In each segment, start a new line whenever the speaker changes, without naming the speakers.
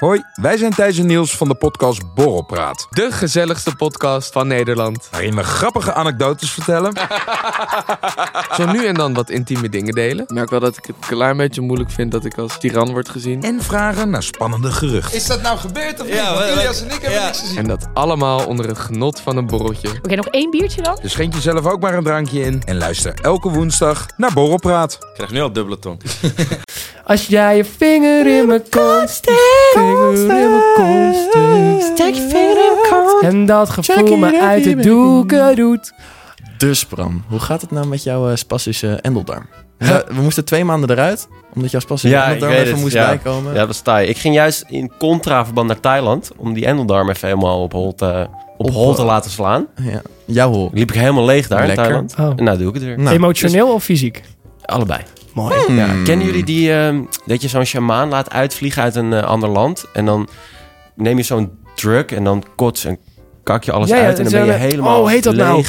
Hoi, wij zijn Thijs en Niels van de podcast Borrelpraat.
De gezelligste podcast van Nederland.
Waarin we grappige anekdotes vertellen.
Zo nu en dan wat intieme dingen delen. Ik merk wel dat ik het een klein beetje moeilijk vind dat ik als tiran word gezien.
en vragen naar spannende geruchten.
Is dat nou gebeurd of niet?
Ja,
Want
wat-
Ilias en ik hebben
ja.
niks gezien.
En dat allemaal onder het genot van een borreltje.
Oké, nog één biertje dan?
Dus schenk jezelf ook maar een drankje in. En luister elke woensdag naar Borrelpraat.
Ik krijg nu al dubbele tong.
Als jij je vinger in mijn kont steekt, vinger in mijn kont steekt,
Steek je vinger in elkaar.
en dat gevoel me uit de doeken doet.
Nou,
Dus Bram, hoe gaat het nou met jouw eh, spastische endeldarm? Ja, we moesten twee maanden eruit, omdat jouw spastische
Ja, ik
endeldarm
weet
even
het,
moest
ja.
bijkomen.
Ja, dat is taai. Ik ging juist in contra-verband naar Thailand... om die endeldarm even helemaal op hol te, op
Op-
hol te laten slaan.
Ja. Jouw hol.
Liep ik helemaal leeg daar
Lekker.
in Thailand.
Oh.
En nou doe ik het weer.
Nou,
Emotioneel of fysiek?
Allebei.
Mooi.
Ja.
Hmm.
Kennen jullie die... ehm, dat je zo'n sjamaan laat uitvliegen uit een eh, ander land... en dan neem je zo'n drug en dan kots en kak je alles
Ja, ja,
uit... en dan ben je
zo'n-
helemaal
oh, heet dat
leeg.
nou?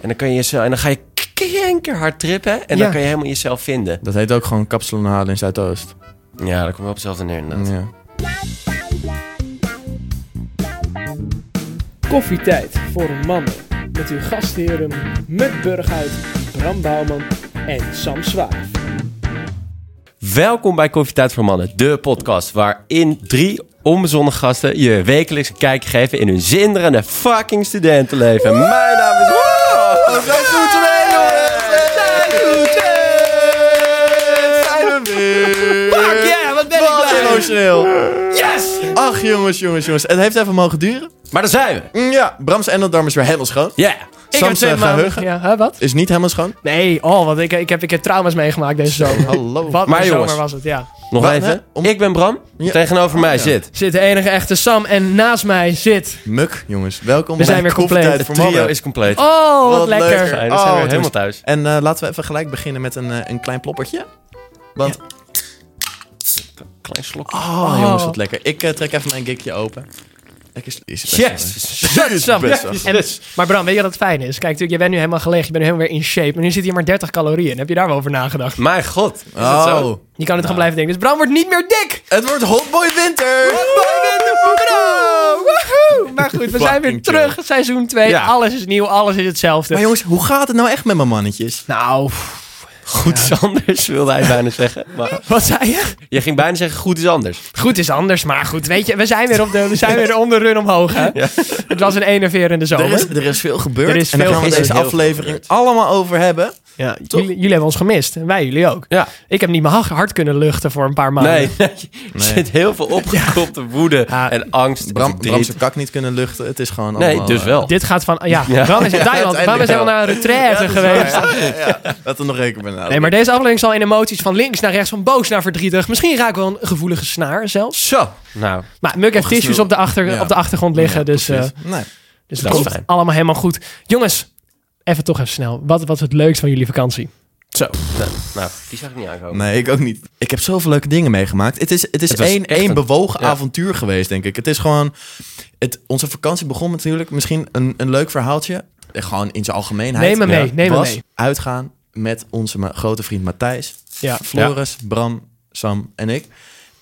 En, dan kan je jezelf, en dan ga je kanker hard trippen... en
Ja.
dan kan je helemaal jezelf vinden.
Dat heet ook gewoon kapselen halen in Zuidoost.
Ja, daar kom je op hetzelfde neer inderdaad.
Ja.
Koffietijd voor mannen. Met uw gastheren Mut Burghuis, Bram Bouwman en Sam Zwaar.
Welkom bij Koffietijd voor Mannen, de podcast waarin drie onbezonnen gasten je wekelijks een kijkje geven in hun zinderende fucking studentenleven. Mijn naam is... Wow, dat doet er mee, jongens. Dat doet het.
Zijn we weer!
Fuck yeah, wat ben ik
Wat
blij.
emotioneel!
Yes!
Ach jongens, jongens, jongens. Het heeft even mogen duren.
Maar daar zijn we.
Mm, Ja, Bram's endeldarm is weer helemaal schoon.
Ja.
Sam's eh, geheugen
Ja, hè, wat?
is niet helemaal schoon.
Nee, oh, want ik, ik, heb, ik heb trauma's meegemaakt deze zomer.
Hallo.
Wat
Maar
een
jongens.
zomer was het, ja.
Nog
Wat, hè?
even.
Om-
Ik ben Bram.
Ja.
Tegenover mij zit...
Zit de enige echte Sam en naast mij zit...
Muk, jongens. Welkom
We zijn
bij
weer compleet.
Koffietijd
Het
voor
trio
Mannen.
is compleet.
Oh, wat,
Wat
lekker.
leuk.
Fijn,
Oh,
dan zijn
wat
we helemaal
goed.
thuis.
En eh, laten we even gelijk beginnen met een, eh, een klein ploppertje. Want
Klein slok.
Oh, jongens, wat lekker. Ik eh, trek even mijn gikje open. Lekker sl- is best wel lekker.
Yes!
Sam.
best wel.
En, maar Bram, weet je wat het fijn is? Kijk, natuurlijk, je bent nu helemaal gelegen, je bent nu helemaal weer in shape. Maar nu zit hier maar 30 calorieën. Heb je daar wel over nagedacht?
Mijn god. Is dat zo?
Oh,
Je kan het gewoon blijven denken. Dus Bram wordt niet meer dik!
het wordt Hotboy Winter!
Bram! Woehoe! Maar goed, we zijn weer
Fucking
terug. Seizoen 2.
Ja.
Alles is nieuw, alles is hetzelfde.
Maar jongens, hoe gaat het nou echt met mijn mannetjes?
nou, pff,
Goed is anders, wilde hij bijna zeggen. Maar
wat zei je?
je ging bijna zeggen, goed is anders.
Goed is anders, maar goed, weet je, we zijn weer op de, we zijn weer onder run omhoog. Hè? Het was een enerverende
Er
zomer.
is, er is veel gebeurd.
Er is
en daar
veel
gaan we
gebeurd.
deze
Heel veel
aflevering
gebeurd.
allemaal over hebben.
Ja, jullie, jullie hebben ons gemist en wij jullie ook.
Ja.
Ik heb niet mijn ha- hart kunnen luchten voor een paar maanden.
Nee, er zit heel veel opgekropte woede
Ja.
en angst.
Bram,
en
Bram
verdriet.
zijn kak niet kunnen luchten. Het is gewoon
nee,
allemaal...
dus
eh,
wel.
Dit gaat van, ja,
Ja.
Bram is in Thailand,
uiteindelijk
Bram is helemaal
wel.
naar een retraite geweest.
Ja, ja, ja. Dat er nog rekening mee
Nee, maar deze aflevering zal in emoties van links naar rechts, van boos naar verdrietig. Misschien raak ik wel een gevoelige snaar zelfs.
Zo. Nou,
Maar Muk heeft
Opgesnoeid.
tissues op de, achter,
Ja.
op de achtergrond liggen, dus... eh,
nee.
Dus
Dat
dat
is
komt
fijn.
allemaal helemaal goed. Jongens, even toch even snel. Wat was het leukst van jullie vakantie?
zo. Nou, nou, die zag ik niet aankomen.
Nee, ik ook niet. Ik heb zoveel leuke dingen meegemaakt. Het is, het is
Het was
één,
echt
één
een-
bewogen
ja.
avontuur geweest, denk ik. Het is gewoon... Het, onze vakantie begon natuurlijk misschien een, een leuk verhaaltje. Eh, Gewoon in zijn algemeenheid.
Neem me mee,
Ja.
neem me
was
mee.
uitgaan met onze ma- grote vriend Matthijs.
Ja.
Floris, Bram, Sam en ik.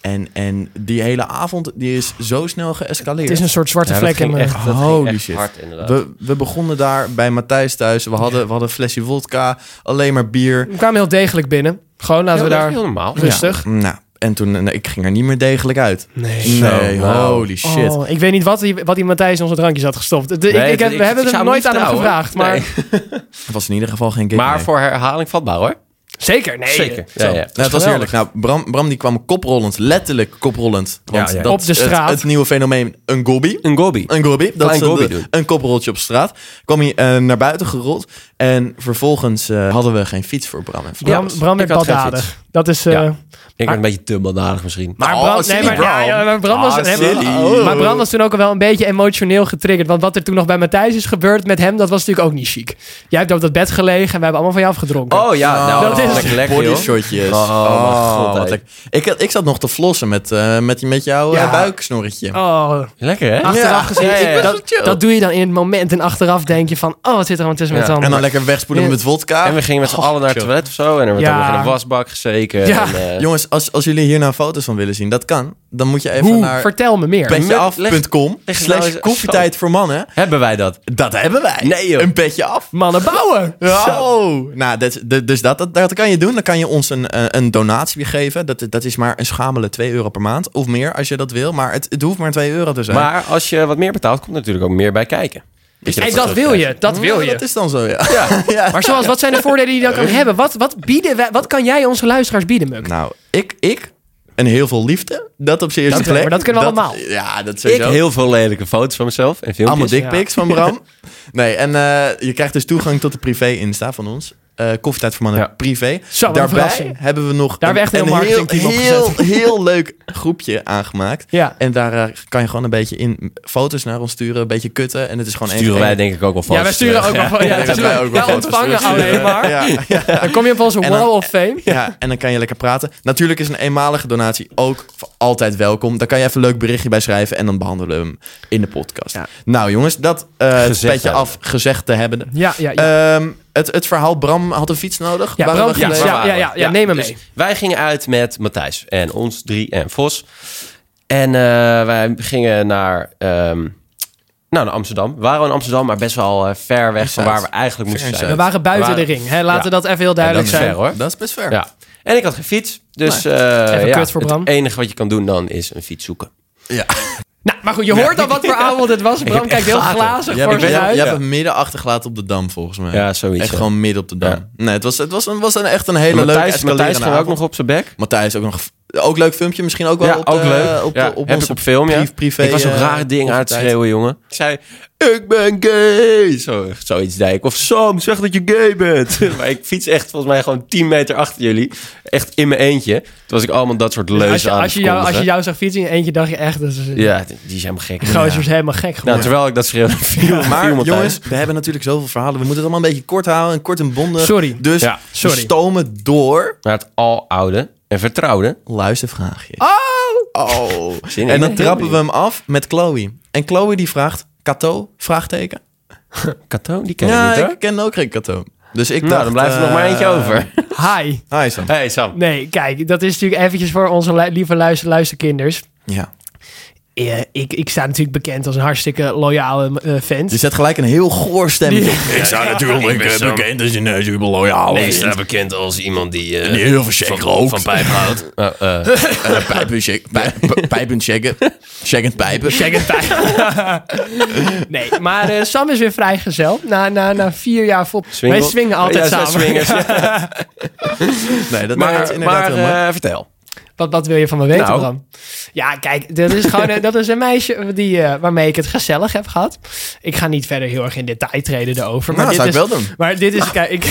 En, en die hele avond die is zo snel
Het
geëscaleerd.
is een soort zwarte
Ja, dat
vlek in
ging
mijn...
echt, dat ging
Holy
echt
shit.
hard inderdaad.
we, we begonnen daar bij Matthijs thuis. We hadden, we hadden een flesje vodka, alleen maar bier.
We kwamen heel degelijk binnen. Gewoon laten
Ja,
we
dat is
daar...
heel normaal.
Rustig.
Ja, nou, en toen eh, ik ging er niet meer degelijk uit.
Nee.
Nee,
nou.
holy shit.
Oh, ik weet niet wat die, wat die Matthijs in onze drankjes had gestopt. De-
Nee,
ik, ik, heb-
eh, ik-
we hebben het hem
ik zou
nooit
niet
aan hem
vertrouwen.
gevraagd. Maar
Nee.
Het was in ieder geval geen gig
Maar
nee.
voor herhaling vatbaar hoor.
zeker, nee.
Zeker.
Zo.
Ja, ja.
Nou, het was
Geweldig.
heerlijk. Nou, Bram, Bram die kwam koprollend, letterlijk koprollend. Want
Ja, ja.
dat
Op de
is het-
straat.
Het, nieuwe fenomeen, een gobbie.
Een gobby. dus.
Een gobbie. Dat
Klein
is een,
gobbie doen.
een koproltje op straat. Kwam hij eh, naar buiten gerold. En vervolgens eh, hadden we geen fiets voor Bram en Floris.
Bram, Bram
ik
werd
had geen
baldadig. Dat is... eh,
Ja. Ik ben een beetje te baldadig misschien.
Maar
Oh,
Bram, nee,
silly
maar,
Bram.
ja, ja, maar Bram
Ah,
was, nee, maar-
silly.
oh. maar Bram was toen ook al wel een beetje emotioneel getriggerd. Want wat er toen nog bij Matthijs is gebeurd met hem, dat was natuurlijk ook niet chic. Jij hebt op dat bed gelegen en we hebben allemaal van jou afgedronken.
Oh ja, nou,
dat is-
lekker, lekker
Body
joh.
shotjes.
Oh, mijn god,
wat
hey.
lekker. ik, had- ik zat nog te flossen met, eh, met, met jouw eh,
Ja.
buiksnorretje.
Oh,
Lekker hè?
achteraf
Ja,
gezien.
ja, ja,
ik-
ja.
dat, dat doe je dan in het moment. En achteraf denk je van, oh, wat zit er allemaal tussen
Ja.
met z'n
En dan
handen?
lekker wegspoelen
Ja.
met vodka.
En we gingen met z'n allen naar het
joh.
toilet of zo. En er werd
Ja.
ook nog in een wasbak gezeken.
Ja.
En, eh,
Jongens, Trouwens, als, als jullie hier nou foto's van willen zien, dat kan. Dan moet je even
Hoe?
naar
Vertel me meer.
petjeaf.com
leg- leg nou
slash
eens-
koffietijd voor mannen.
Hebben wij dat?
Dat hebben wij.
Nee, joh.
Een petje af.
Mannen bouwen.
Zo. Nou, dat, dat- dus dat, dat, dat kan je doen. Dan kan je ons een, eh, een donatie geven. Dat, dat is maar een schamele 2 euro per maand. Of meer als je dat wil. Maar het, het hoeft maar 2 euro te zijn.
Maar als je wat meer betaalt, komt natuurlijk ook meer bij kijken. Dus
En dat wil je, dat wil
Ja, Dat
je.
is dan zo, ja. ja.
Maar zoals, wat zijn de voordelen die je dan kan hebben? Wat, wat, bieden wij, wat kan jij onze luisteraars bieden, Muk?
Nou, ik, ik en heel veel liefde. Dat op zijn eerste
Dat wel,
plek.
maar dat kunnen we allemaal.
Ja, dat
Ik
sowieso.
heel veel lelijke foto's van mezelf en filmpjes.
Allemaal
ja.
dickpics van Bram. Nee, en eh, je krijgt dus toegang tot de privé-insta van ons. Eh koffietijd voor mannen
Ja.
privé.
Zo, wat een
Daarbij
verrassing.
hebben we nog
Daar
een,
hebben we echt een
een
heel
heel,
marketingteam
heel, heel leuk groepje aangemaakt.
Ja.
En daar eh, kan je gewoon een beetje in foto's naar ons sturen. Een beetje kutten. En het is gewoon één
Sturen wij
grote-
denk ik ook wel vast. eh,
Ja, wij sturen ook wel van. Ja,
Ik denk dat eh, wij ook wel
wij
foto's
ontvangen
terugsturen.
alleen maar.
Ja, ja.
Dan kom je op onze
En dan-
Wall of Fame.
Ja, en dan kan je lekker praten. Natuurlijk is een eenmalige donatie ook voor altijd welkom. Daar kan je even een leuk berichtje bij schrijven en dan behandelen we hem in de podcast.
Ja.
Nou jongens, dat eh het
Gezegd
petje
hebben.
af gezegd te hebben.
Ja, ja, ja.
Ehm, het, het verhaal Bram had een fiets nodig.
Ja,
Waar
Bram-
we gebleven?
waar
ja,
waren we?
ja, ja, neem hem
dus
mee.
Wij gingen uit met Matthijs en ons drie en Vos. En eh, wij gingen naar, ehm, nou, naar Amsterdam. We waren in Amsterdam, maar best wel eh, ver weg van
Zuid.
waar we eigenlijk moesten
in
zijn.
We
Zuid.
waren buiten
we waren-
de ring. Hè? Laten
Ja.
we dat even heel duidelijk
dat is
zijn.
ver, hoor.
Dat is best ver.
Ja. En ik had geen fiets. Dus eh,
Nou, Even
ja,
kut voor Bram.
het enige wat je kan doen dan is een fiets zoeken.
Nou, maar goed, je hoort al wat voor avond het was. Bram kijkt heel glazig
Jij
voor
bent,
zich
jij
uit.
hebt hem midden achtergelaten op de Dam volgens mij.
Ja, zoiets,
Echt
ja.
gewoon midden op de Dam. Nee, het was, het was, een, was een, echt een hele leuke
Matthijs,
escalerende
Matthijs ging ook
avond.
nog op zijn bek.
Matthijs ook nog... Ook leuk filmpje misschien ook wel
ja,
op
ook
de-
leuk.
Op,
ja,
de- op
heb
onze
ik op film, ja.
pri- privé,
ik was zo'n
eh,
raar ding aan het
koffietijd.
schreeuwen, jongen. Ik zei, ik ben gay. Zo, zoiets deed ik. Of Sam, zeg dat je gay bent. maar ik fiets echt volgens mij gewoon 10 meter achter jullie. Echt in mijn eentje. Toen was ik allemaal dat soort leuzen
Als je,
aan
als, je jou, als je
verkondigen.
jou zag fietsen in eentje, dacht je echt... Dat is,
Ja, die die zijn helemaal gek.
Gozer is helemaal gek
Nou,
geworden.
terwijl ik dat schreeuwde, viel, viel
Maar
Matthijs.
jongens, we hebben natuurlijk zoveel verhalen. We moeten het allemaal een beetje kort houden en kort en bondig.
Sorry.
Dus
Ja,
sorry.
we stomen door.
Naar het aloude en vertrouwde.
Luistervraagje.
oh!
Oh.
Zin in,
En
hè?
dan trappen we hem af met Chloe. En Chloe die vraagt, Kato? Vraagteken.
Kato, die ken je
Ja,
niet, hoor.
ik ken ook geen Kato. Dus ik
Nou,
dacht,
dan blijft er nog
eh,
maar eentje over.
Hi.
Hi Sam.
hey Sam.
Nee, kijk, dat is natuurlijk eventjes voor onze lu- lieve luister, luisterkinders.
Ja.
Eh, ik, ik sta natuurlijk bekend als een hartstikke loyale eh fan.
Je zet gelijk een heel goor stemmetje. Ik zou
ik ben Sam.
bekend als een super loyaal
nou bekend als iemand die... eh,
heel veel shake rookt.
pijp houdt.
Eh, Pijpen shake- pijp- pijpen checken. Checkend pijpen.
Check het uit. nee, maar eh, Sam is weer vrijgezel. Na, na, na vier jaar vol. Wij swingen altijd samen.
Nee, dat
Maar,
maakt inderdaad
maar,
heel mooi.
eh, vertel.
Wat, wat wil je van me weten,
Nou.
Bram? Ja, kijk, dat is gewoon eh, dat is een meisje die, eh, waarmee ik het gezellig heb gehad. Ik ga niet verder heel erg in detail treden erover. Maar
Nou,
dit
zou ik
is,
wel doen.
Maar dit
Nou.
is, kijk, ik,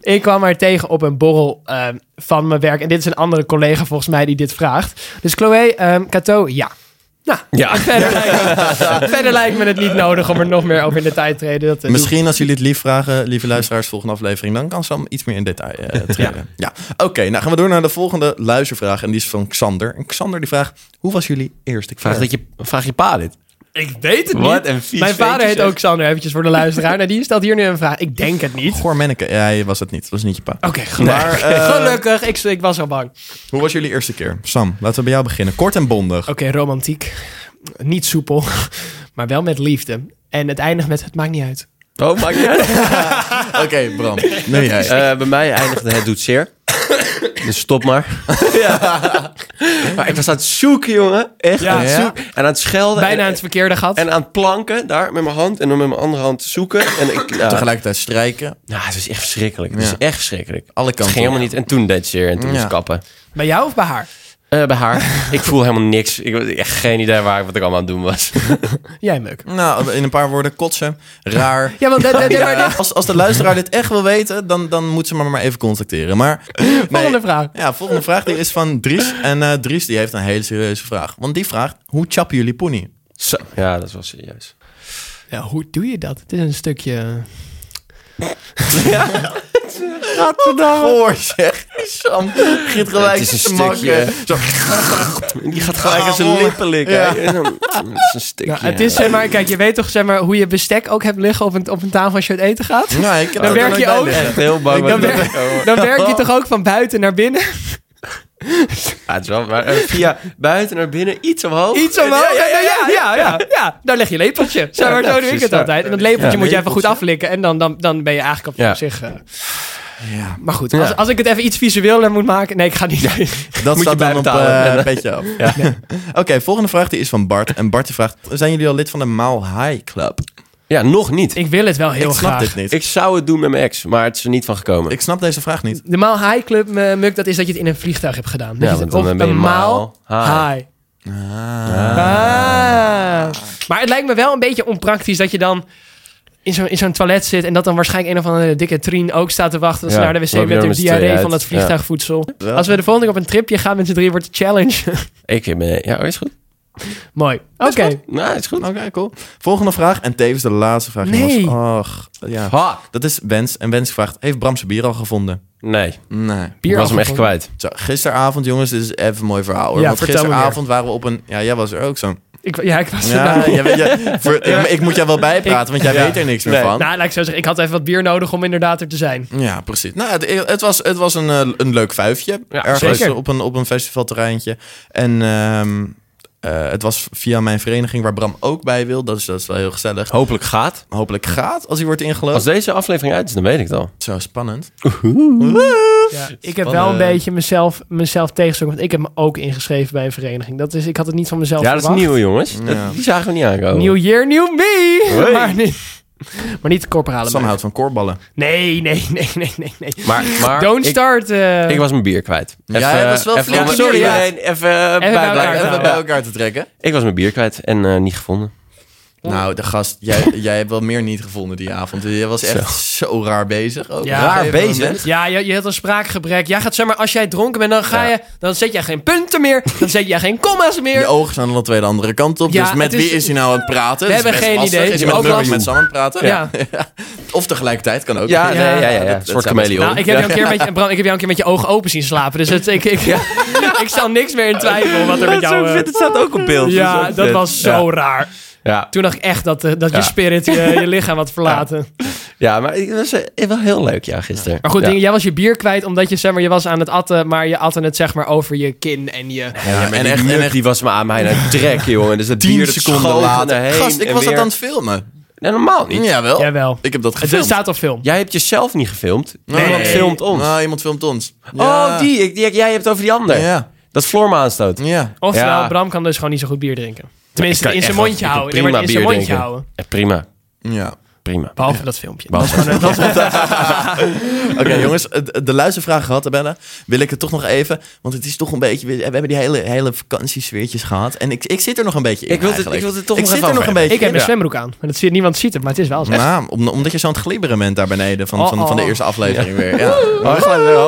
ik kwam haar tegen op een borrel ehm, van mijn werk. En dit is een andere collega volgens mij die dit vraagt. Dus Chloe, ehm Kato, ja. Nou,
Ja.
en verder, lijkt me, verder lijkt me het niet nodig om er nog meer over in detail te treden. Dat, eh, doe ik
Misschien als jullie het lief vragen, lieve luisteraars, volgende aflevering, dan kan Sam iets meer in detail eh treden. ja. Oké, nou gaan we door naar de volgende luistervraag en die is van Xander. En Xander die vraagt, hoe was jullie eerste keer?
Vraag, dat je, vraag je pa dit.
Ik weet het
Wat
niet.
een vies
Mijn vader
ventje,
heet
zeg.
ook Sander, eventjes voor de luisteraar. Nou, die stelt hier nu een vraag. Ik denk het niet.
Goor Menneke. Ja, je was het niet. Het was niet je pa.
Oké, gelukkig.
Maar, eh,
gelukkig. Ik, ik was al bang. Oké,
Hoe was jullie eerste keer? Sam, laten we bij jou beginnen. Kort en bondig.
romantiek. Niet soepel, maar wel met liefde. En het eindigt met, het maakt niet uit.
Oh, maakt niet uit.
Oké, Bram. Nee, jij.
Eh, bij mij eindigde het doet zeer. Dus stop maar. ja. Maar ik was aan het zoeken, jongen. Echt
Ja.
aan het
Ja.
zoeken. En aan het schelden.
Bijna
en,
aan het verkeerde gat.
en aan het planken, daar, met mijn hand. En dan met mijn andere hand zoeken. En ik, nou,
Tegelijkertijd strijken.
nou, het is echt verschrikkelijk. Het
Ja.
is echt verschrikkelijk.
Alle
Het
kanten.
ging helemaal niet. En toen deed zeer. En toen
Ja.
moest kappen.
bij jou of bij haar?
Eh, bij haar. ik voel helemaal niks. Ik had echt geen idee waar, wat ik allemaal aan het doen was.
Jij, Meuk.
Nou, in een paar woorden kotsen. Raar.
Ja, want dat- dat- dat-
Ja, als, als de luisteraar dit echt wil weten, dan, dan moet ze me maar even contacteren. Maar,
Volgende vraag.
Ja, volgende vraag die is van Dries. En eh, Dries die heeft een hele serieuze vraag. Want die vraagt, hoe chappen jullie pony?
Zo. Ja, dat was serieus.
Ja, hoe doe je dat? Het is een stukje...
Goor zeg, Sam. Giet gelijk
Het is een
te makken.
stukje.
Zo.
Die gaat gelijk aan zijn
Ah,
lippen likken.
Ja.
hè. En dan- Het is een stukje.
Nou, het is zeg maar... Kijk, je weet toch zeg maar hoe je bestek ook hebt liggen op een, op een tafel als je uit eten gaat?
Nou, ik
Dan
heb dat
werk
nooit
je
bij
ook.
liggen.
echt heel bang.
Ik
wat
ben
er
weer-
gaat komen.
Dan werk je toch ook van buiten naar binnen?
Ja, het is wel, maar eh, via buiten naar binnen, iets omhoog.
Iets omhoog.
Ja, ja, ja. ja, ja.
ja, ja. Daar leg je lepeltje. Zo,
Ja,
maar
ja,
zo doe ik
precies,
het
ja.
altijd. En dat lepeltje
Ja,
moet je even goed
lepeltje.
aflikken. En dan, dan, dan ben je eigenlijk op
Ja.
zich... eh, Maar goed,
Ja.
als, als ik het even iets visueeler moet maken... Nee, ik ga niet...
Dat
Moet je
staat dan op
bijbetalen.
eh,
Ja.
een beetje af.
Ja.
Oké, volgende vraag die is van Bart. En Bart die vraagt, zijn jullie al lid van de Mile High Club?
nog niet. Ik,
Ik wil het wel heel
ik snap
graag.
dit niet. Ik,
zou het doen met mijn ex, maar het is er niet van gekomen.
snap deze vraag niet.
De maal high club, eh, Muk, dat is dat je het in een vliegtuig hebt gedaan. Dat
Ja,
je het-
want dan
of
ben je
een maal
maal
high.
high.
Ah. Maar het lijkt me wel een beetje onpraktisch dat je dan in zo'n in zo'n toilet zit... en dat dan waarschijnlijk een of andere dikke trien ook staat te wachten... als ze
Ja,
naar de wc
loop je
met
er
een
met z'n tweeën
diarree
uit.
van dat vliegtuigvoedsel.
Ja.
Als we de volgende keer op een tripje gaan met z'n drie, wordt de challenge.
Ik eh, ben... Ja, is goed.
Mooi. Oké.
Nou, is goed.
Oké, cool. Volgende vraag en tevens de laatste vraag.
Nee.
jongens. Och, ja.
Ha!
Dat is Wens. En Wens vraagt, heeft Bram zijn bier al gevonden?
Nee,
Nee.
ik was hem echt
afgevonden.
kwijt.
Zo, gisteravond, jongens, dit is even een mooi verhaal. Hoor.
Ja,
Want
vertel me
gisteravond waren we op een... Ja, jij was er ook zo.
Ik, ja, ik was er
Ja,
nou.
jij weet- jij- voor- ik, ik moet jou wel bijpraten, want jij
Ja.
weet er niks meer
Nee.
van.
Nou, laat ik zo zeggen, ik had even wat bier nodig om inderdaad er te zijn.
Ja, precies. Nou, het, het was, het was een, eh, een leuk vuifje.
Ja,
ergens
zeker.
Op, een, op een festivalterreintje. En ehm, eh, het was via mijn vereniging waar Bram ook bij wil. Dat is, dat is wel heel gezellig.
Hopelijk gaat.
Hopelijk gaat als hij wordt
Als
ingelood.
deze aflevering uit is, dan weet ik het al.
Zo spannend.
Ja, ik heb wel een beetje mezelf, mezelf tegengestoken, want ik heb me ook ingeschreven bij een vereniging. Dat is, ik had het niet van mezelf
Ja, dat is
verwacht.
nieuw, jongens.
Ja.
Dat, die zagen we niet aankomen.
New year, new me!
Oh. Hey.
Maar, niet, maar niet de corporale
Sam
mij.
houdt van korballen.
Nee, nee, nee, nee, nee, nee.
Maar, maar
Don't
ik,
start. eh,
ik was mijn bier kwijt.
Ja, hij was wel
even,
flink
om-
in
Sorry,
bier.
iedereen, even,
bij
eh, bij-
elkaar
bij-
houden.
Even
Ja.
bij elkaar te trekken.
Ik was mijn bier kwijt en eh, niet gevonden.
Nou, de gast, jij, jij hebt wel meer niet gevonden die avond. Jij was echt zo, raar bezig. ook.
Ja.
Op een
Raar
gegeven moment.
bezig?
Ja, je, je hebt een spraakgebrek. Jij gaat zeg maar, als jij dronken bent, dan ga
Ja.
je, dan zet jij geen punten meer, dan zet jij geen comma's meer.
Je ogen staan alle twee de andere kant op.
Ja,
dus met
het is-
wie is hij nou aan het
We
praten? Dat is
hebben
best
geen
lastig.
idee.
Is
Ja,
hij
ook
met Murray
lastig.
met Sam aan het praten?
Ja.
Of tegelijkertijd kan ook.
Ja,
Ja.
nee, ja, ja,
Dat-
ja.
dat
Een soort
zou best-
chameleon.
Nou, ik heb, jou een keer een beetje, Bram, ik heb jou een keer met je ogen open zien slapen. Dus het, ik, ik, ik stel niks meer in twijfel wat er met jou... eh,
Het staat ook op beeld.
ja, dus dat was zo raar.
Ja,
Toen dacht ik echt dat, eh, dat je
Ja.
spirit je, je lichaam had verlaten.
ja maar het was eh, wel heel leuk, ja, gisteren.
Maar goed,
ja.
Ding, jij was je bier kwijt omdat je, zeg maar, je was aan het atten, maar je atte het zeg maar over je kin en je...
Ja, maar
en
die
echt- en
muk,
echt-
die was me aan mij aan het trekken, jongen. Dus dat bier
Tien
dat
seconden
schoot
later.
naar heen
Gast, ik
en
was
weer.
dat aan het filmen. Mm,
Nee, normaal niet.
Jawel.
Jawel.
Ik heb dat
Het
gefilmd.
staat op film.
Jij hebt jezelf niet gefilmd.
Nee.
Iemand filmt ons.
Ah, iemand filmt ons.
Oh, die, ik- die- Jij hebt het over die ander.
Ja.
Dat Floor me aanstoot.
Ja.
Oftewel,
Ja.
Bram kan dus gewoon niet zo goed bier drinken. Tenminste,
kan
in zijn
echt wel-
mondje
ik kan
houden. Nee, maar in
prima
zijn
bier
mondje houden.
drinken. Eh, Prima,
ja.
prima.
Behalve dat filmpje.
Behalve
Dat is gewoon- dat is gewoon-
Oké, jongens. het- De luistervraag gehad te bellen. Wil ik het toch nog even. Want het is toch een beetje... We hebben die hele, hele vakantiesfeertjes gehad. En ik, ik zit er nog een beetje in
Ik wil het-
eigenlijk.
ik wil het toch
ik
nog
zit
even
er nog
over
een beetje
Ik heb
in.
een zwembroek aan. Maar dat ziet, niemand ziet het, maar het is wel zo.
Nou, om- omdat je zo aan het glibberen bent daar beneden van,
Oh,
van, van de
oh.
eerste aflevering weer. Ja.
Oh,